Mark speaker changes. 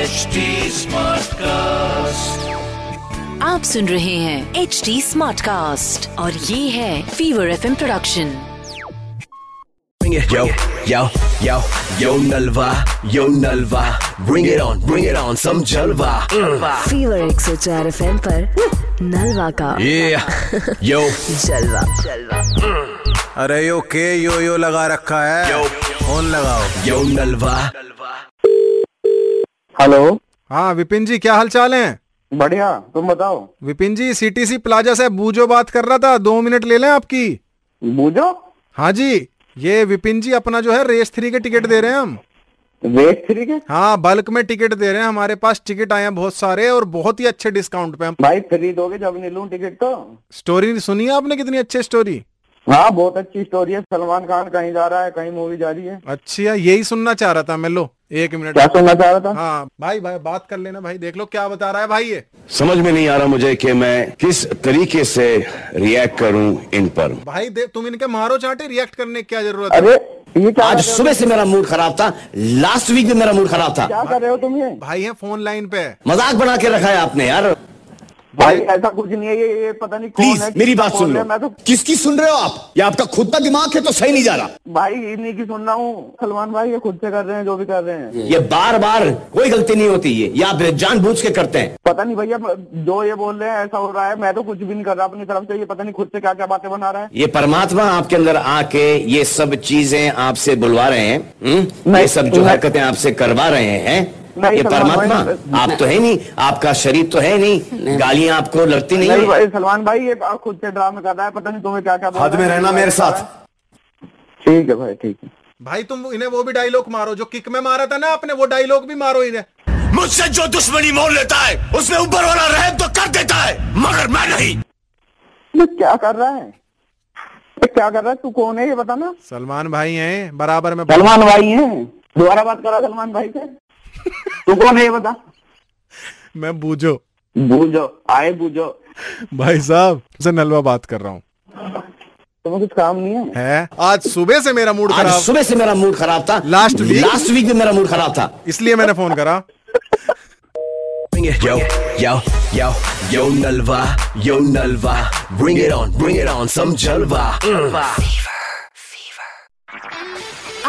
Speaker 1: Smart cast
Speaker 2: आप सुन रहे हैं एच डी स्मार्ट कास्ट और ये है fever F production
Speaker 3: Yo, yo, yo, yo Nalva, yo Nalva, bring it on, bring it on, some Jalva. Mm.
Speaker 2: Fever एक सौ चार एफ एम नलवा का
Speaker 3: Yeah, yo,
Speaker 2: जलवा जलवा
Speaker 4: अरे यो के यो यो लगा रखा है
Speaker 3: Yo.
Speaker 4: फोन लगाओ
Speaker 3: yo Nalva.
Speaker 5: हेलो
Speaker 4: हाँ विपिन जी क्या हाल चाल है
Speaker 5: बढ़िया तुम बताओ
Speaker 4: विपिन जी सीटीसी प्लाजा से बूजो बात कर रहा था दो मिनट ले लें आपकी
Speaker 5: बूझो
Speaker 4: हाँ जी ये विपिन जी अपना जो है रेस थ्री के टिकट दे रहे हैं हम
Speaker 5: वेट थ्री के
Speaker 4: हाँ बल्क में टिकट दे रहे हैं हमारे पास टिकट आए हैं बहुत सारे और बहुत ही अच्छे डिस्काउंट पे हम
Speaker 5: भाई फ्री दोगे जब नहीं लूं टिकट तो
Speaker 4: स्टोरी सुनी है आपने कितनी अच्छी स्टोरी
Speaker 5: हाँ बहुत अच्छी स्टोरी है सलमान खान कहीं जा रहा है कहीं मूवी जा रही है
Speaker 4: अच्छी है यही सुनना चाह रहा था मैं लो एक मिनट
Speaker 5: क्या सुनना चाह रहा था
Speaker 4: हाँ भाई भाई बात कर लेना भाई देख लो क्या बता रहा है भाई ये
Speaker 6: समझ में नहीं आ रहा मुझे कि मैं किस तरीके से रिएक्ट करूं इन पर
Speaker 4: भाई दे तुम इनके मारो चाटे रिएक्ट करने की क्या जरूरत है
Speaker 5: अरे ये क्या
Speaker 7: आज
Speaker 5: कर रहे हो?
Speaker 7: सुबह से मेरा मूड खराब था लास्ट वीक भी मेरा मूड खराब था
Speaker 5: क्या कर रहे हो तुम ये
Speaker 4: भाई है फोन लाइन पे
Speaker 7: मजाक बना के रखा है आपने यार
Speaker 5: भाई ऐसा कुछ नहीं है ये ये पता नहीं कौन
Speaker 7: प्लीज
Speaker 5: है
Speaker 7: मेरी
Speaker 5: किसका
Speaker 7: बात
Speaker 5: फोन
Speaker 7: सुन
Speaker 5: है, मैं
Speaker 7: लो
Speaker 5: तो
Speaker 7: किसकी सुन रहे हो आप ये आपका खुद का दिमाग है तो सही नहीं जा रहा
Speaker 5: भाई इन्हीं की सुन रहा हूँ सलमान भाई ये खुद से कर रहे हैं जो भी कर रहे हैं
Speaker 7: ये बार बार कोई गलती नहीं होती ये ये आप जानबूझ के करते हैं
Speaker 5: पता नहीं भैया जो ये बोल रहे हैं ऐसा हो रहा है मैं तो कुछ भी नहीं कर रहा अपनी तरफ से ये पता नहीं खुद से क्या क्या बातें बना रहा है
Speaker 7: ये परमात्मा आपके अंदर आके ये सब चीजें आपसे बुलवा रहे हैं हुँ?
Speaker 5: नहीं,
Speaker 7: ये सब जो
Speaker 5: नहीं।
Speaker 7: हरकतें आपसे करवा रहे हैं
Speaker 5: नहीं,
Speaker 7: ये
Speaker 5: सलमान भाई,
Speaker 7: परमात्मा आप तो है नहीं आपका शरीर तो है नहीं गालियां आपको लगती नहीं
Speaker 5: नहीं
Speaker 7: है
Speaker 5: भाई, सलमान भाई ये खुद से ड्रामे कर रहा है पता नहीं तुम्हें क्या क्या बोल
Speaker 7: हद
Speaker 5: रहा
Speaker 7: में
Speaker 5: है,
Speaker 7: रहना
Speaker 5: क्या
Speaker 7: मेरे
Speaker 5: क्या
Speaker 7: साथ
Speaker 5: बोल रहा है। ठीक है भाई ठीक है
Speaker 4: भाई तुम इन्हें वो भी डायलॉग मारो जो किक में मारा था ना आपने वो डायलॉग भी मारो इन्हें
Speaker 3: मुझसे जो दुश्मनी मोल लेता है उसमें ऊपर वाला रहम तो कर देता है मगर मैं नहीं
Speaker 5: ये क्या कर रहा है ये क्या कर रहा है तू कौन है ये बता ना
Speaker 4: सलमान भाई हैं बराबर में
Speaker 5: सलमान भाई है दोबारा बात करा सलमान भाई से तू कौन है ये बता
Speaker 4: मैं बूझो
Speaker 5: बूझो आए बूझो
Speaker 4: भाई साहब से नलवा बात कर रहा हूँ
Speaker 5: तुम्हें कुछ काम नहीं है
Speaker 4: है आज सुबह से मेरा मूड
Speaker 7: आज
Speaker 4: खराब
Speaker 7: सुबह से मेरा मूड खराब था
Speaker 4: Last week?
Speaker 7: लास्ट वीक भी मेरा मूड खराब था
Speaker 4: इसलिए मैंने फोन करा
Speaker 3: Bring it, yo, yo, yo, yo Nalva, yo Nalva, bring it on, bring it on, some Jalva. Mm.